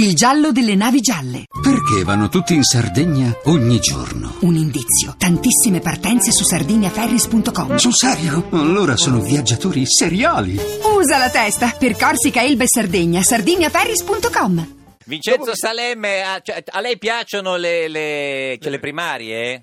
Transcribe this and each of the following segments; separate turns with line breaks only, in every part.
Il giallo delle navi gialle.
Perché vanno tutti in Sardegna ogni giorno?
Un indizio. Tantissime partenze su sardiniaferris.com.
Sul serio? Allora sono viaggiatori seriali.
Usa la testa per Corsica, Elbe e Sardegna. sardiniaferris.com.
Vincenzo Salemme, a, cioè, a lei piacciono le, le-
Eh.
che le primarie?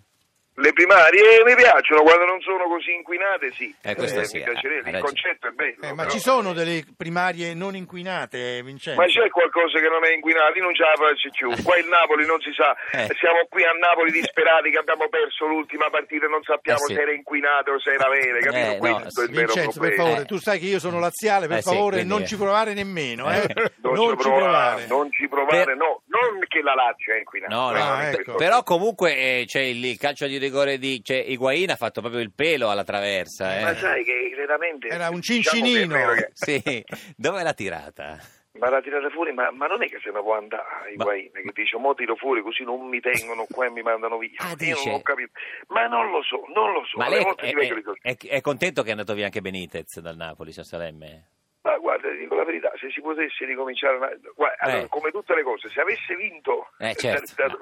Le primarie mi piacciono, quando non sono così inquinate sì,
Eh, questo sì,
mi
eh,
piacerebbe,
ragione.
il concetto è bello.
Eh, ma
però-
ci sono delle primarie non inquinate, Vincenzo?
Ma c'è qualcosa che non è inquinato, io non ce la faccio più, qua in Napoli non si sa,
Eh.
siamo qui a Napoli disperati che abbiamo perso l'ultima partita e non sappiamo
Eh, sì.
se era inquinato o se era vera, capito?
Eh, no,
Questo è il vero
Vincenzo, per
problema.
favore,
Eh.
tu sai che io sono laziale, per
Eh sì,
favore
quindi-
non ci provare nemmeno, eh.
Non,
non
ci provare,
ci provare.
non ci provare,
Per-
no, non che la Lazio è inquinata.
No, no,
eh, non
ah,
è
ecco.
questo.
Però comunque eh, c'è il, il calcio di rigore di cioè, Higuain ha fatto proprio il pelo alla traversa. eh.
Ma sai che veramente...
Era un
diciamo che è
cincinino.
vero che-
Sì, dove l'ha tirata?
Ma la tirata fuori, ma, ma non è che se ne può andare,
Ma-
Higuain, che dice, mo tiro fuori così non mi tengono qua e mi mandano via.
Ah,
Io
dice-
non ho capito. Ma non lo so, non lo so.
Ma
Alle
lei
volte
è,
ti vengono i
è- è- è contento che è andato via anche Benitez dal Napoli, signor Salemme?
Ma guarda, ti dico la verità, se si potesse ricominciare, una- guarda,
Eh.
allora, come tutte le cose, se avesse vinto,
Eh, certo.
stato,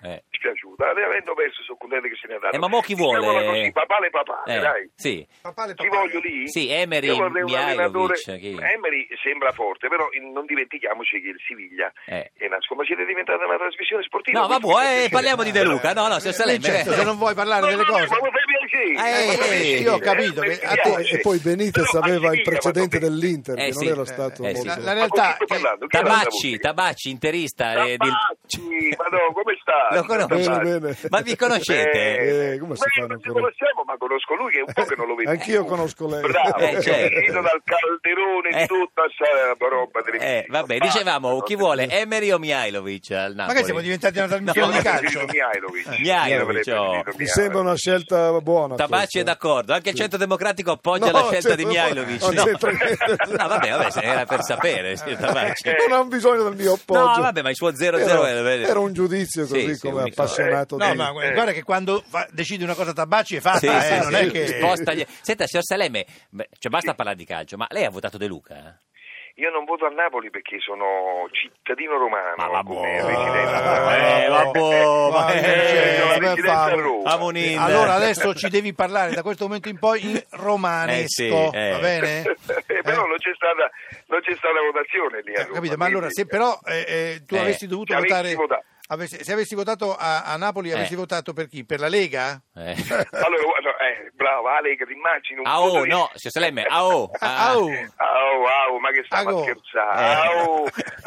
Eh, eh.
dispiaciuta. Avendo perso, sono contento che se ne è andato.
Eh, ma mo chi vuole?
Diciamola Così, papale papale,
Eh,
dai.
Sì,
Papà le
Ci
papà.
voglio lì?
Sì, Emery,
Io vorrei un
Mihailovic,
allenatore-
chi?
Emery sembra forte, però eh, non dimentichiamoci che il Siviglia
eh.
è nascosto. Ma siete diventata una trasmissione sportiva?
No, ma
quindi-
può, eh, parliamo di De Luca. No, no, signor Salemme.
Vincenzo, se non vuoi parlare
Ma
delle
no,
cose...
ma mi fa piacere,
Eh,
mi fa piacere,
io ho
capito
eh,
che
mi
a te-
piace.
e poi Benitez
Però
aveva
anche lì
il
ha fatto
precedente
bene.
dell'Inter,
Eh
che non
sì,
era stato
eh sì.
molto...
La, la
Ma con chi
realtà
sto
è che
parlando? Chi era
Tabacci,
Tabacci?
Tabacci, interista. eh, di-
Tabacci, ma no, come sta?
Lo conosco.
Tabacci.
Bene, bene.
Ma vi conoscete?
Eh, come si
beh,
fanno
non ci
ancora?
conosciamo, ma conosco lui che è un po' che non lo vedo.
Anch'io
più.
conosco lei.
Bravo,
Eh, certo.
è uscito dal calderone di
Eh.
tutta questa roba televisiva.
Eh, vabbè,
Basta,
dicevamo
non
chi
si-
vuole Emery o Mihailovic al
Ma
Napoli?
che siamo diventati una
Io
trasmissione
No,
di
avrei
calcio?
preferito Mihailovic.
Mihailovic,
Io avrei
oh.
preferito
Mi
Mihailovic.
sembra una scelta buona.
Tabacci
questa.
è d'accordo, anche il Centro Democratico appoggia
No,
la scelta
c'entra
di
poco-
Mihailovic.
non
No.
c'entra niente.
No, vabbè, vabbè, se era per sapere, signor Tabacci.
Eh,
Non ha bisogno del mio appoggio.
No, vabbè, ma il suo 0-0
era,
è-
era un giudizio così
Sì, sì,
come
unico.
appassionato
No,
di...
ma
Eh.
guarda che quando fa- decidi una cosa Tabacci è fatta,
Sì,
eh,
sì,
non
sì,
è che...
sposta gli- Senta, signor Salemme, beh, cioè, basta parlare di calcio, ma lei ha votato De Luca?
Io non voto a Napoli perché sono cittadino romano.
Ma vabbò.
come
Ah,
residente.
Eh, vabbò, ma
Guarda,
eh,
Sono
Vincenzo, vabbè,
residente a
Paolo.
Roma.
Ah, Monin.
Allora adesso ci devi parlare da questo momento in poi in romanesco,
Eh sì, eh.
va bene?
Eh, però
Eh?
non c'è stata non c'è stata votazione lì a
Eh,
Roma,
capito, ma allora
quindi-
se però eh, eh, tu
Eh.
avessi dovuto
Se avessi
votare...
votato.
avessi- se avessi votato a, a Napoli,
Eh.
avresti votato per chi? Per la Lega?
Eh.
Allora, guarda, eh, bravo Ale, che ti immagini un
Ah, oh,
voto di-
no, signor Salemme, ah, oh,
Ah,
ah.
au.
Au, au, ma che stiamo
Ago.
a scherzare?
Eh.
Au,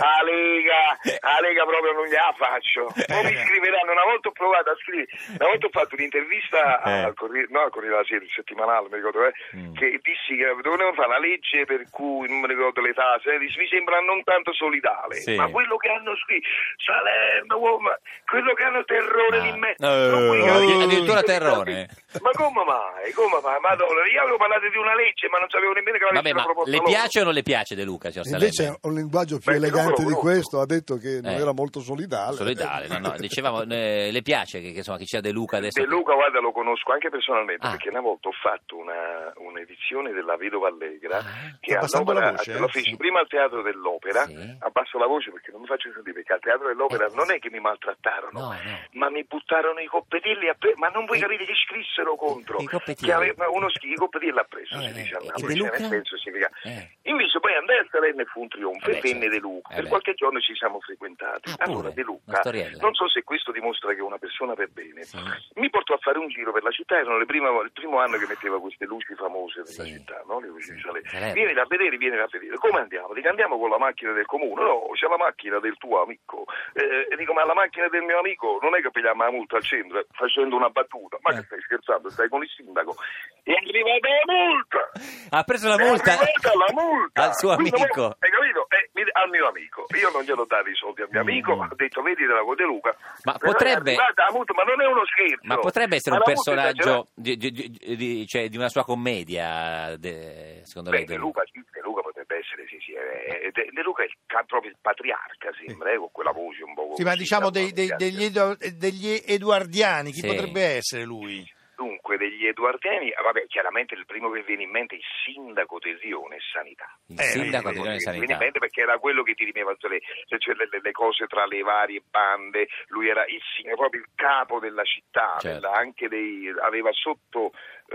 a Lega, a Lega proprio non gliela faccio. Poi mi scriveranno, una volta ho provato a scrivere, una volta ho fatto un'intervista
Eh.
al Corriere, no, al Corriere della Sera, il settimanale, mi ricordo, eh,
Mm.
che dissi che dovevano fare la legge per cui, non mi ricordo le tasse, eh, dissi, mi sembra non tanto solidale,
Sì.
ma quello che hanno scritto, Salerno, oh, ma quello che hanno terrore
Ah.
di me.
Eh,
Ma quello-
addi- addirittura terrore.
Ma come mai? Come mai? Madonna, io avevo parlato di una legge, ma non sapevo nemmeno che la
Vabbè,
legge
ma le piace o non le piace De Luca, signor Salemme?
Invece un linguaggio più
Beh,
elegante
io
di
lo conosco.
questo ha detto che non
Eh.
era molto solidale.
solidale, no, no, dicevamo, eh, le piace che, che, insomma, che c'è De Luca adesso?
De Luca, guarda, lo conosco anche personalmente
Ah.
perché una volta ho fatto una, un'edizione della Vedova Allegra
Ah.
che
Sta abbassando
all'opera
la voce,
lo
eh?
feci
Sì.
prima al Teatro dell'Opera.
Sì.
Abbasso la voce perché non mi faccio sentire perché al Teatro dell'Opera
Eh.
non è che mi maltrattarono,
No, no.
ma mi buttarono i coppedilli appresso. Ma non vuoi capire che scrissero contro?
i coppedilli.
Che aveva uno schifo, i coppedilli appresso
Eh,
si dice a
eh,
Napoli,
De
cioè,
Luca?
nel senso significa-
Eh.
Invece poi andai a Salerno e fu un trionfo
Eh beh,
e venne
certo.
De Luca.
Eh
per
beh.
qualche giorno ci siamo frequentati.
Ah,
allora
pure,
De
una
Luca,
storiella.
non so se questo dimostra che è una persona per bene,
Sì.
mi portò a fare un giro per la città, erano le prime- il primo anno che metteva queste luci famose della
Sì.
città, no? le luci di Salerno.
Salerno.
Vieni da vedere, vieni da vedere. Come andiamo? Dico andiamo con la macchina del comune, no, c'è la macchina del tuo amico. Eh, e dico ma la macchina del mio amico non è che pigliamo la multa al centro eh, facendo una battuta, ma
Eh.
che stai scherzando, stai con il sindaco. E è arrivata la multa!
Ha preso la
È
multa,
arrivata Eh, la multa
al suo
Quindi,
amico.
mo- hai capito? Eh, mi- al mio amico io non glielo ho dato i soldi al mio amico
Mm.
ha detto vedi della De Luca
Ma
Però è
potrebbe-
arrivata la multa, ma non è uno scherzo
Ma potrebbe essere un
Ma la multa è
personaggio di, di- di- di- cioè, di una sua commedia, de- secondo
Beh,
lei?
De
De-
Luca, sì, De Luca potrebbe essere, sì, sì. eh, De, De Luca è il, ca- proprio il patriarca, sembra, eh, con quella voce un po'.
Sì, ma
così,
diciamo
da-
dei- dei-
da-
degli, edu- degli eduardiani, chi
Sì.
potrebbe essere lui?
Dunque, dunque degli eduardeni, ah, vabbè, chiaramente il primo che viene in mente è il sindaco Tesione Sanità.
Il sindaco
eh,
Tesione
che Viene
Sanità.
in mente perché era quello che dirimeva tutte le, se c'è le- le- le cose tra le varie bande, lui era il sindaco, proprio il capo della città,
Certo.
della- anche dei, aveva sotto,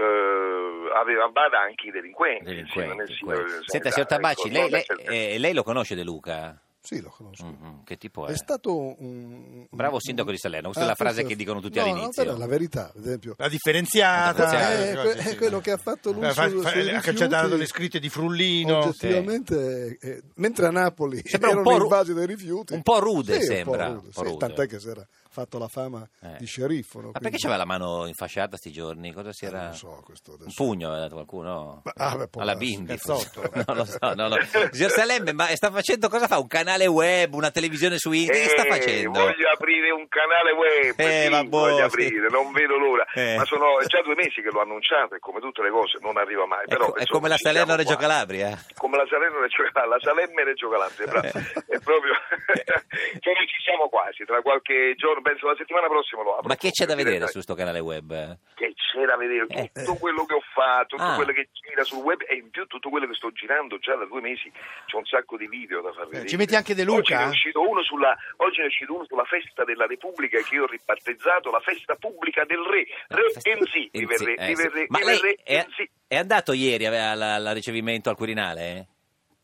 eh, aveva a bada anche i delinquenti. il
Delinquente,
sindaco- il
quello.
sindaco della
Senta,
sanità,
signor Tabacci,
ecco,
lei, lei-
certo.
eh, lei lo conosce De Luca?
Sì, lo conosco.
Mhm, Che tipo è?
È stato un...
Bravo sindaco di Salerno, questa è
Ah,
la frase
questo-
che dicono tutti
No,
all'inizio.
no, però la verità, ad esempio.
La differenziata,
La
Eh, que- è quello che ha fatto lui
Eh, fa-
su-
fa-
sui
ha
rifiuti.
cacciato le scritte di Frullino.
Oggettivamente, eh, mentre a Napoli
Sembra un
erano
po' ru-
invasi dai rifiuti,
un po' rude
Sì,
sembra,
un po'
un
rude,
po'
sì,
rude.
tant'è che si era fatto la fama
Eh.
di sceriffo. no?
Ma perché
Quindi-
c'aveva la mano infasciata sti giorni? Cosa si
Eh,
era...
non so, questo adesso-
Un pugno ha dato qualcuno?
Ma- ah, beh, può
Alla
darsi,
bimbi.
cazzotto.
non lo so, no, no. Signor Salemme, ma sta facendo cosa fa? Un canale web, una televisione su internet? Che sta
Eh,
facendo?
Voglio aprire un canale web,
Eh,
sì,
vabbò,
voglio
sì.
aprire, non vedo l'ora.
Eh.
Ma sono già due mesi che l'ho annunciato e come tutte le cose non arriva mai.
È co-
Però,
Ecco, è
insomma,
come la
ci siamo
Salerno Reggio
qua.
Calabria.
Come la Salerno Reggio Calabria, la Salemme Reggio Calabria, bravo.
Eh.
è proprio... cioè, noi ci siamo quasi, tra qualche giorno, penso la settimana prossima lo apro.
Ma che c'è da vedere su
Dai,
sto canale web?
Che c'è da vedere?
Eh.
Tutto quello che ho fatto, tutto
Ah.
quello che gira sul web e in più tutto quello che sto girando già da due mesi. C'è un sacco di video da
Eh,
far vedere.
ci metti anche De
Oggi ne, è
Luca?
uscito uno sulla, oggi ne è uscito uno sulla festa della Repubblica che io ho ribattezzato la festa pubblica del re. Re Enzi, di
Enzi,
Verre-
eh,
di
sì.
Verre-
Ma
di
lei
Verre
è,
Enzi.
è andato ieri a- alla, al ricevimento al Quirinale?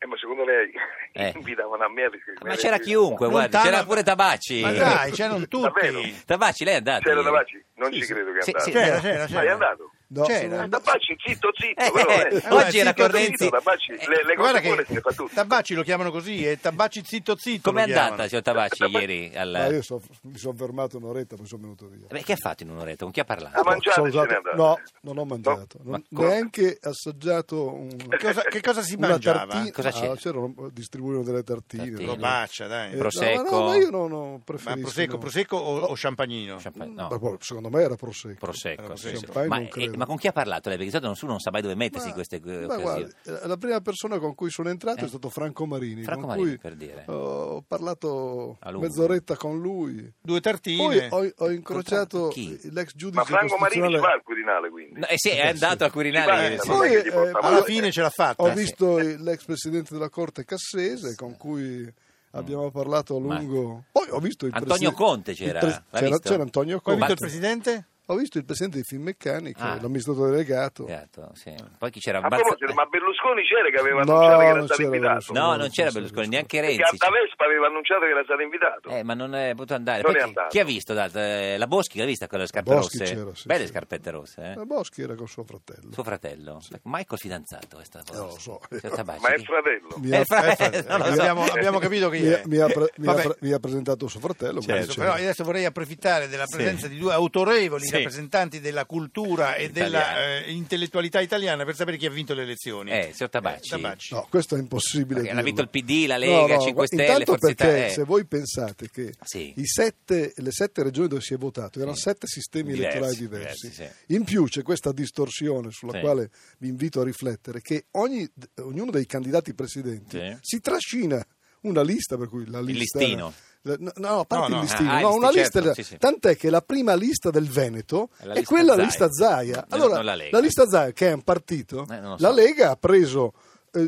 Eh, ma secondo lei
Eh.
invitavano a me? a ricevere-
Ma c'era chiunque, guardi,
Lontano-
c'era pure Tabacci.
Ma dai, c'erano
Davvero?
tutti.
Tabacci, lei è andato?
C'era
ieri?
Tabacci? Non
Sì,
ci
sì.
credo che
Ah, Sì,
andasse.
sì.
C'era, c'era,
Ma è
c'era.
andato?
No,
C'era.
sono andato-
Tabacci, zitto, zitto.
Eh,
però, eh.
eh,
oggi era
zitto,
Correnzi.
zitto,
Tabacci, le, le
Guarda
cose
che
buone se le fa tutte.
Tabacci lo chiamano così, e Tabacci zitto zitto.
Com'è
lo
andata, Cioè,
chiamano.
signor Tabacci,
Tabacci-
ieri? al- Eh,
Ma Ah, io so- mi sono fermato un'oretta, poi sono venuto via.
Beh, che ha fatto in un'oretta? Con chi ha
Ha
parlato?
No,
mangiato
sono
e se n'è andato?
No, non ho mangiato.
No,
non-
ma co-
neanche assaggiato un...
Cosa- che cosa si
una
mangiava?
tartina.
Cosa c'era?
Ah, c'erano- distribuivano delle tartine.
Tartine.
roba-
Robaccia, dai.
Eh,
Ma
Prosecco.
No, no, ma io non ho preferito.
prosecco, prosecco o, o champagnino?
Champagne-
Ma
No,
poi, secondo me era prosecco.
prosecco. sì, sì.
Champagne
Ma,
non credo.
eh, ma con chi ha parlato lei? Perché di solito nessuno non sa mai dove mettersi in queste eh,
ma
occasioni.
guardi, eh, la prima persona con cui sono entrato
Eh?
è stato Franco Marini.
Franco
con
Marini,
cui
per dire.
Ho parlato
A lungo.
mezz'oretta con lui.
Due
Poi
tartine.
ho, ho incrociato
Chi?
l'ex giudice
Ma Franco Marini ci
costituzionale.
va al Quirinale, quindi.
No, eh sì, è andato al Quirinale
Ci va,
ieri
eh,
sì.
ma non è che gli
Poi,
porta
eh,
male.
Alla fine ce l'ha fatta.
Ho visto il- l'ex presidente della Corte Cassese con cui abbiamo parlato a lungo. Poi ho visto il
Mm. Antonio
presi-
Conte
il
c'era,
pres-
l'ha
c'era,
visto?
c'era Antonio
Poi
Conte.
ha vinto il presidente?
Ho visto il presidente di Finmeccanica,
Ah. Eh.
l'amministratore delegato.
Gatto, Esatto, sì. Poi chi c'era?
A
Barza-
proposito, ma Berlusconi c'era che aveva
No,
annunciato che era
non
stato
c'era
invitato.
No, non c'era
Sì, sì,
Berlusconi,
sì.
neanche
Perché
Renzi.
Alta Vespa aveva annunciato che era stato invitato.
Eh, ma non è potuto andare.
Non
Poi
è
chi,
andato.
chi ha visto? da- eh, la Boschi l'ha vista con le scarpe
Boschi
rosse?
c'era, sì,
Belle
sì.
scarpette rosse, eh?
Ma Boschi era con suo fratello.
Suo fratello. Ecco, Michael fidanzato è stato.
Eh, lo so.
Signor Tabacci,
Ma è
chi-
fratello.
Mi
Eh,
ha,
il fratello,
Eh,
non lo so.
abbiamo, abbiamo capito chi
mi ha-
è.
mi ha pre- mi ha
Vabbè, Certo,
pre- mi ha presentato suo fratello. quindi
adesso,
c'era.
però io adesso vorrei approfittare della presenza di due autorevoli
Sì.
rappresentanti della cultura e della
Italiana.
eh, intellettualità italiana per sapere chi ha vinto le elezioni.
Eh, signor Tabacci.
Tabacci.
No, questo è impossibile.
Perché l'ha
dirlo.
vinto il PD, la Lega, 5 Stelle,
Intanto
Forza
perché
Italia, eh.
se voi pensate che
Sì.
i sette- le sette regioni dove si è votato erano sette sistemi
Diversi,
elettorali diversi,
diversi,
in più c'è questa distorsione sulla
Sì.
quale vi invito a riflettere, che ogni- ognuno dei candidati presidenti
Sì.
si trascina una lista per cui la
Il
lista
listino.
No, no, a
No,
parte
no.
il listino,
Ah, ah,
no,
il
una
listi-
lista,
certo, sì, sì.
tant'è che la prima lista del Veneto
È la
è
lista
quella
Zaia.
lista Zaia.
No,
Allora,
non la
la,
Lega.
lista Zaia che è un partito,
Eh, non lo
la
so.
Lega ha preso eh,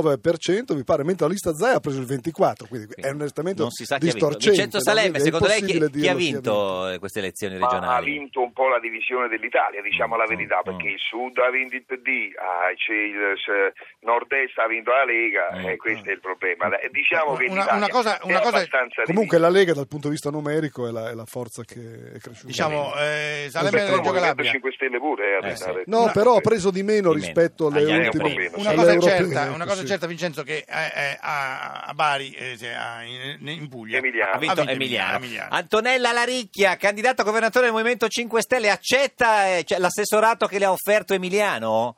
19% mi pare, mentre la lista Zaia ha preso il 24%, quindi è un estamento
non si sa chi ha vinto.
distorcente.
Vincenzo
no?
Salemme,
Quindi è
secondo lei chi,
impossibile
chi
dirlo
ha vinto eh, queste elezioni
Ma ha
regionali?
vinto un po' la divisione dell'Italia, diciamo la
Mm,
verità,
mm,
perché
mm.
il sud ha vinto il PD, ah, c'è il c'è- nord-est ha vinto la Lega,
Mm,
e questo è il problema. Eh, Diciamo che
Una-
l'Italia
una cosa- una
è
cosa-
abbastanza
Comunque la Lega dal punto di vista numerico è la, è la forza che è cresciuta.
Diciamo, eh,
divisa. Beh,
Salemme e
però
Reggio
il Movimento
Calabria.
5 Stelle pure, eh,
Eh, sì.
pensare.
No,
una-
però ha preso di meno
di meno. Ah,
rispetto alle
Agli anni
ultime.
un po' meno,
Una
sì.
alle
cosa è
europee,
certa, una cosa è
sì.
certa, Vincenzo, che eh, eh, a, a Bari, eh, sì, a- in, in Puglia,
Emiliano.
Ha vinto
Emiliano,
Emiliano. Ah,
Emiliano.
Antonella Laricchia, candidata a governatore del Movimento 5 Stelle, accetta eh, cioè, l'assessorato che le ha offerto Emiliano?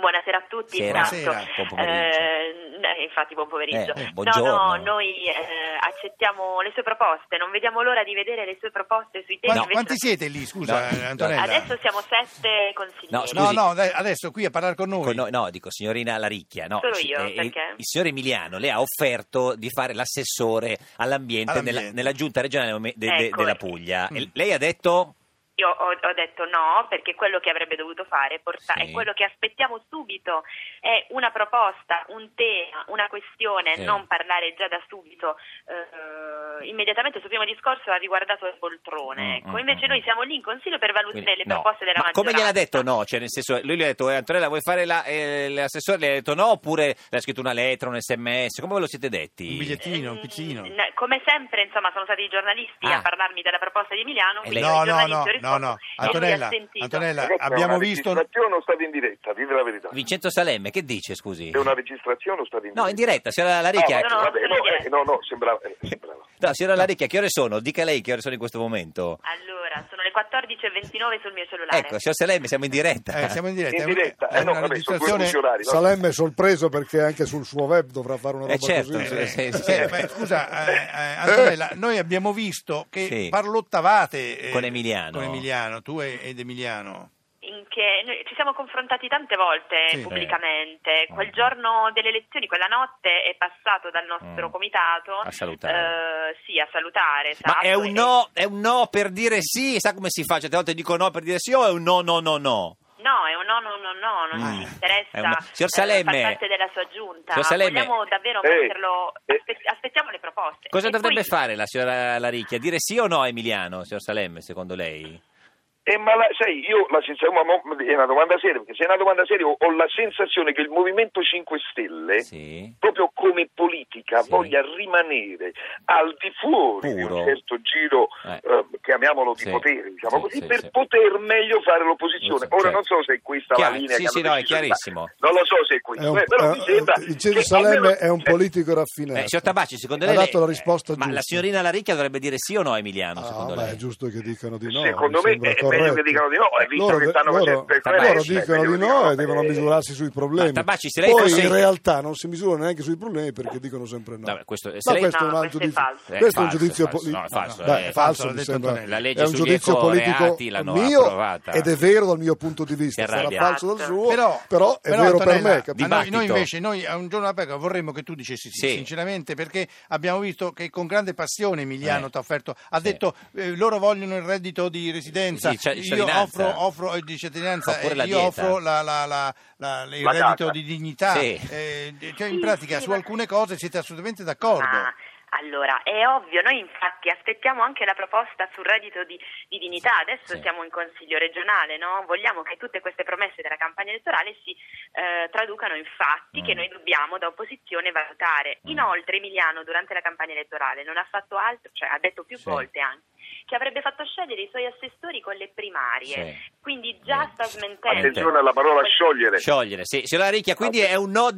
Buonasera a tutti,
Sera.
intanto.
Buonasera,
buon pomeriggio.
Eh, eh, infatti buon pomeriggio.
Eh, eh, buongiorno.
no, no, noi eh, accettiamo le sue proposte, non vediamo l'ora di vedere le sue proposte sui temi.
Quanti,
invece-
quanti siete lì, scusa
No.
Antonella?
Adesso siamo sette consiglieri.
No, scusi.
No, no, dai, adesso qui a parlare con noi.
Con noi- no, dico signorina Laricchia. No,
Solo
sì,
io,
eh, il,
perché?
il signor Emiliano le ha offerto di fare l'assessore all'ambiente,
All'ambiente.
Nella, nella giunta regionale de- de-
Ecco.
della Puglia.
Mm.
E lei ha detto...
Io ho, ho detto no, perché quello che avrebbe dovuto fare è porta-
Sì.
è quello che aspettiamo subito, è una proposta, un tema, una questione,
Sì.
non parlare già da subito. eh, immediatamente il suo primo discorso ha riguardato le poltrone,
Mm,
ecco.
mm,
invece
mm,
noi siamo lì in consiglio per valutare
Quindi,
le
no.
proposte della
Ma
maggioranza.
come gliel'ha detto no? Cioè, nel senso, lui gli ha detto, eh, Antonella, vuoi fare la- eh, l'assessore? Le ha detto no oppure le ha scritto una lettera, un sms? Come ve lo siete detti?
Un bigliettino, un
Mm,
piccino.
n- Come sempre, insomma, sono stati i giornalisti
Ah.
a parlarmi della proposta di Emiliano.
Eh,
quindi
No,
il
no,
giornalista
no,
ha risposto
no, no.
e lui
Antonella,
ha sentito.
Antonella,
Ragazzi, è
abbiamo
una
visto...
registrazione o state in diretta? Dite la verità.
Vincenzo Salemme, che dice, scusi?
È una registrazione o state in diretta?
No, in diretta, signora Laricchia.
Ah,
No,
vabbè,
no,
vabbè,
sono
no,
in
eh,
diretta.
no, no, sembrava. eh, sembrava.
No, signora Laricchia, che ore sono? Dica lei che ore sono in questo momento.
Allora, sono le 14.29 sul mio cellulare.
Ecco, signor Salemme, siamo in diretta.
Eh, siamo in diretta.
In diretta,
È
eh, no, vabbè,
una
sono due
registrazione...
funzionari. no?
Salemme è sorpreso perché anche sul suo web dovrà fare una roba
Eh, certo,
così.
eh, sì, sì.
Eh, beh, scusa, eh, eh, Antonella, noi abbiamo visto che
Sì.
parlottavate eh,
Con Emiliano.
con Emiliano, tu e- ed Emiliano.
In che noi ci siamo confrontati tante volte
Sì.
pubblicamente.
Eh.
Quel giorno delle elezioni, quella notte, è passato dal nostro
Mm.
comitato.
A salutare.
Eh, sì, a salutare.
Ma
esatto,
è un
e-
no, è un no per dire sì, sa come si fa? Certe volte dico no per dire sì o è un no, no, no, no?
No, è un no, no, no, no, non
Ah,
ci
è
interessa
un no. Signor
eh,
Salemme,
far parte della sua giunta.
signor Salemme,
Vogliamo davvero
eh,
metterlo,
eh,
aspe- aspettiamo le proposte.
Cosa
E
dovrebbe
poi-
fare la signora Laricchia? Dire sì o no a Emiliano, signor Salemme, secondo lei?
Eh, ma la- sai, io la sensazione, ma mo- è una domanda seria, perché se è una domanda seria ho, ho la sensazione che il Movimento 5 Stelle,
Sì.
proprio come politica,
Sì.
voglia rimanere al di fuori di
Puro.
un certo giro,
Eh.
eh, chiamiamolo di
Sì.
potere, diciamo
Sì,
così,
sì,
per
sì.
poter meglio fare l'opposizione.
Certo.
Ora non so se è questa
Chiaro.
la linea
Sì,
che
sì,
hanno
no, è
deciso di fare.
chiarissimo.
Non lo so se è questa,
È un-
eh, però mi
eh,
sembra...
Vincenzo
che
Salemme
almeno-
è un
eh,
politico raffinato.
Eh, signor Tabacci, secondo
Ha
lei...
dato la
eh,
risposta
Ma la
giusta.
signorina Laricchia dovrebbe dire sì o no a Emiliano,
Ah,
secondo
beh, è
lei?
giusto che dicano di no.
Secondo
mi
me è
sembra
meglio che
corretto.
dicano di no, eh, visto
loro,
che stanno
loro, eh,
facendo per
Tabacci.
loro
fare-
dicono di no e devono
eh,
misurarsi sui problemi.
Ma Tabacci, se lei
Poi
fosse-
in realtà non si misurano neanche sui problemi perché dicono sempre no.
Vabbè, questo- se
Ma
lei-
questo è
No,
un altro
questo
giudizio.
è falso.
Eh,
Questo è un
falso,
giudizio
falso.
politico.
No, è falso,
Dai,
eh,
è
falso,
falso,
l'ha
mi
detto
sembra.
Antonella.
La legge
è un
sugli
giudizio
ecoreati
politico
l'hanno
mio
approvata.
ed è vero dal mio punto di vista.
Si
Sarà
arrabbia.
falso dal
Esatto.
suo, Oh, però, è
però,
vero
Antonella,
per me.
a
capito?
Noi, noi
Dibattito.
invece, noi a un giorno alla pecora vorremmo che tu dicessi sì,
Sì.
sinceramente, perché abbiamo visto che con grande passione Emiliano
Eh.
ti ha offerto, ha
Sì.
detto eh, loro vogliono il reddito di residenza,
Sì, c'è-
io
cittadinanza.
offro, offro eh, di cittadinanza,
Oppure
eh,
la
io
dieta.
offro la- la- la- la- il
La
reddito
casa.
di dignità,
Sì.
eh, cioè, in
Sì,
pratica
sì,
su
ma-
alcune cose siete assolutamente d'accordo.
Ah.
Ma, Ah, allora, è ovvio, noi infatti aspettiamo anche la proposta sul reddito di, di dignità, adesso
Sì.
siamo in Consiglio regionale, no? vogliamo che tutte queste promesse della campagna elettorale si eh, traducano in fatti
Mm.
che noi dobbiamo da opposizione valutare.
Mm.
Inoltre Emiliano durante la campagna elettorale non ha fatto altro, cioè ha detto più
Sì.
volte anche, che avrebbe fatto scegliere i suoi assessori con le primarie,
Sì.
quindi già
Eh.
sta smentendo.
Attenzione alla parola sciogliere.
Sciogliere, sì. Signora Laricchia, quindi è un no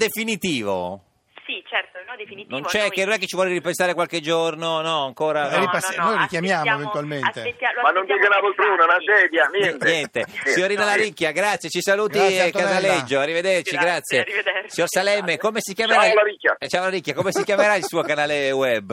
definitivo?
Sì, certo, no, definitivo.
Non c'è,
noi-
che non è che ci vuole ripensare qualche giorno, no, ancora...
Eh, ripass- noi richiamiamo eventualmente.
aspettia- lo
Ma non dica
aspettiamo
una
per
poltrona, una
farli.
sedia, niente.
Niente, signorina Laricchia, grazie, ci saluti
Grazie,
eh,
Antonella.
Casaleggio, arrivederci,
Grazie,
grazie.
arrivederci.
Signor Salemme, come si chiamerà?
Ciao, Laricchia.
Eh, Ciao Laricchia, come si chiamerà il suo canale web?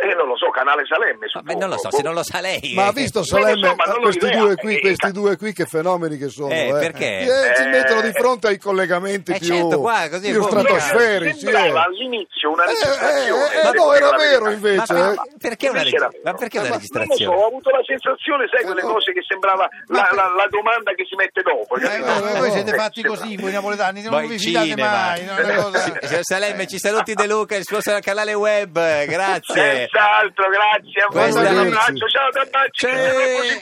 Ma
Eh, non lo so, Canale Salemme,
Ah, beh, non lo so, se non lo sa lei.
Ma ha
eh.
visto
so, ma
Salemme,
non ho
questi,
idea.
due qui,
Eh,
questi
eh,
due qui che fenomeni che sono.
Eh,
Eh,
perché?
Eh, ci
Eh,
mettono di fronte ai collegamenti
eh,
più,
certo, qua, così è
più
pubblico.
stratosferici. eh.
Sembrava all'inizio una
Eh, eh,
registrazione.
eh, ma no, era vero
Ma
invece.
per-
eh.
perché una,
Invece era
reg- ma perché una
vero.
registrazione?
Non lo so, ho avuto la sensazione, sai, quelle cose che sembrava la, la- la domanda che si mette dopo.
Eh, ma
no,
voi
no.
siete fatti così, voi napoletani, non
Poi
vi
il
fidate
cinema.
mai. no, è una cosa-
Signor Salemme, ci saluti De Luca, il suo canale web, grazie.
Senz'altro, grazie a voi.
Questa-
Un abbraccio, ciao da
Sì.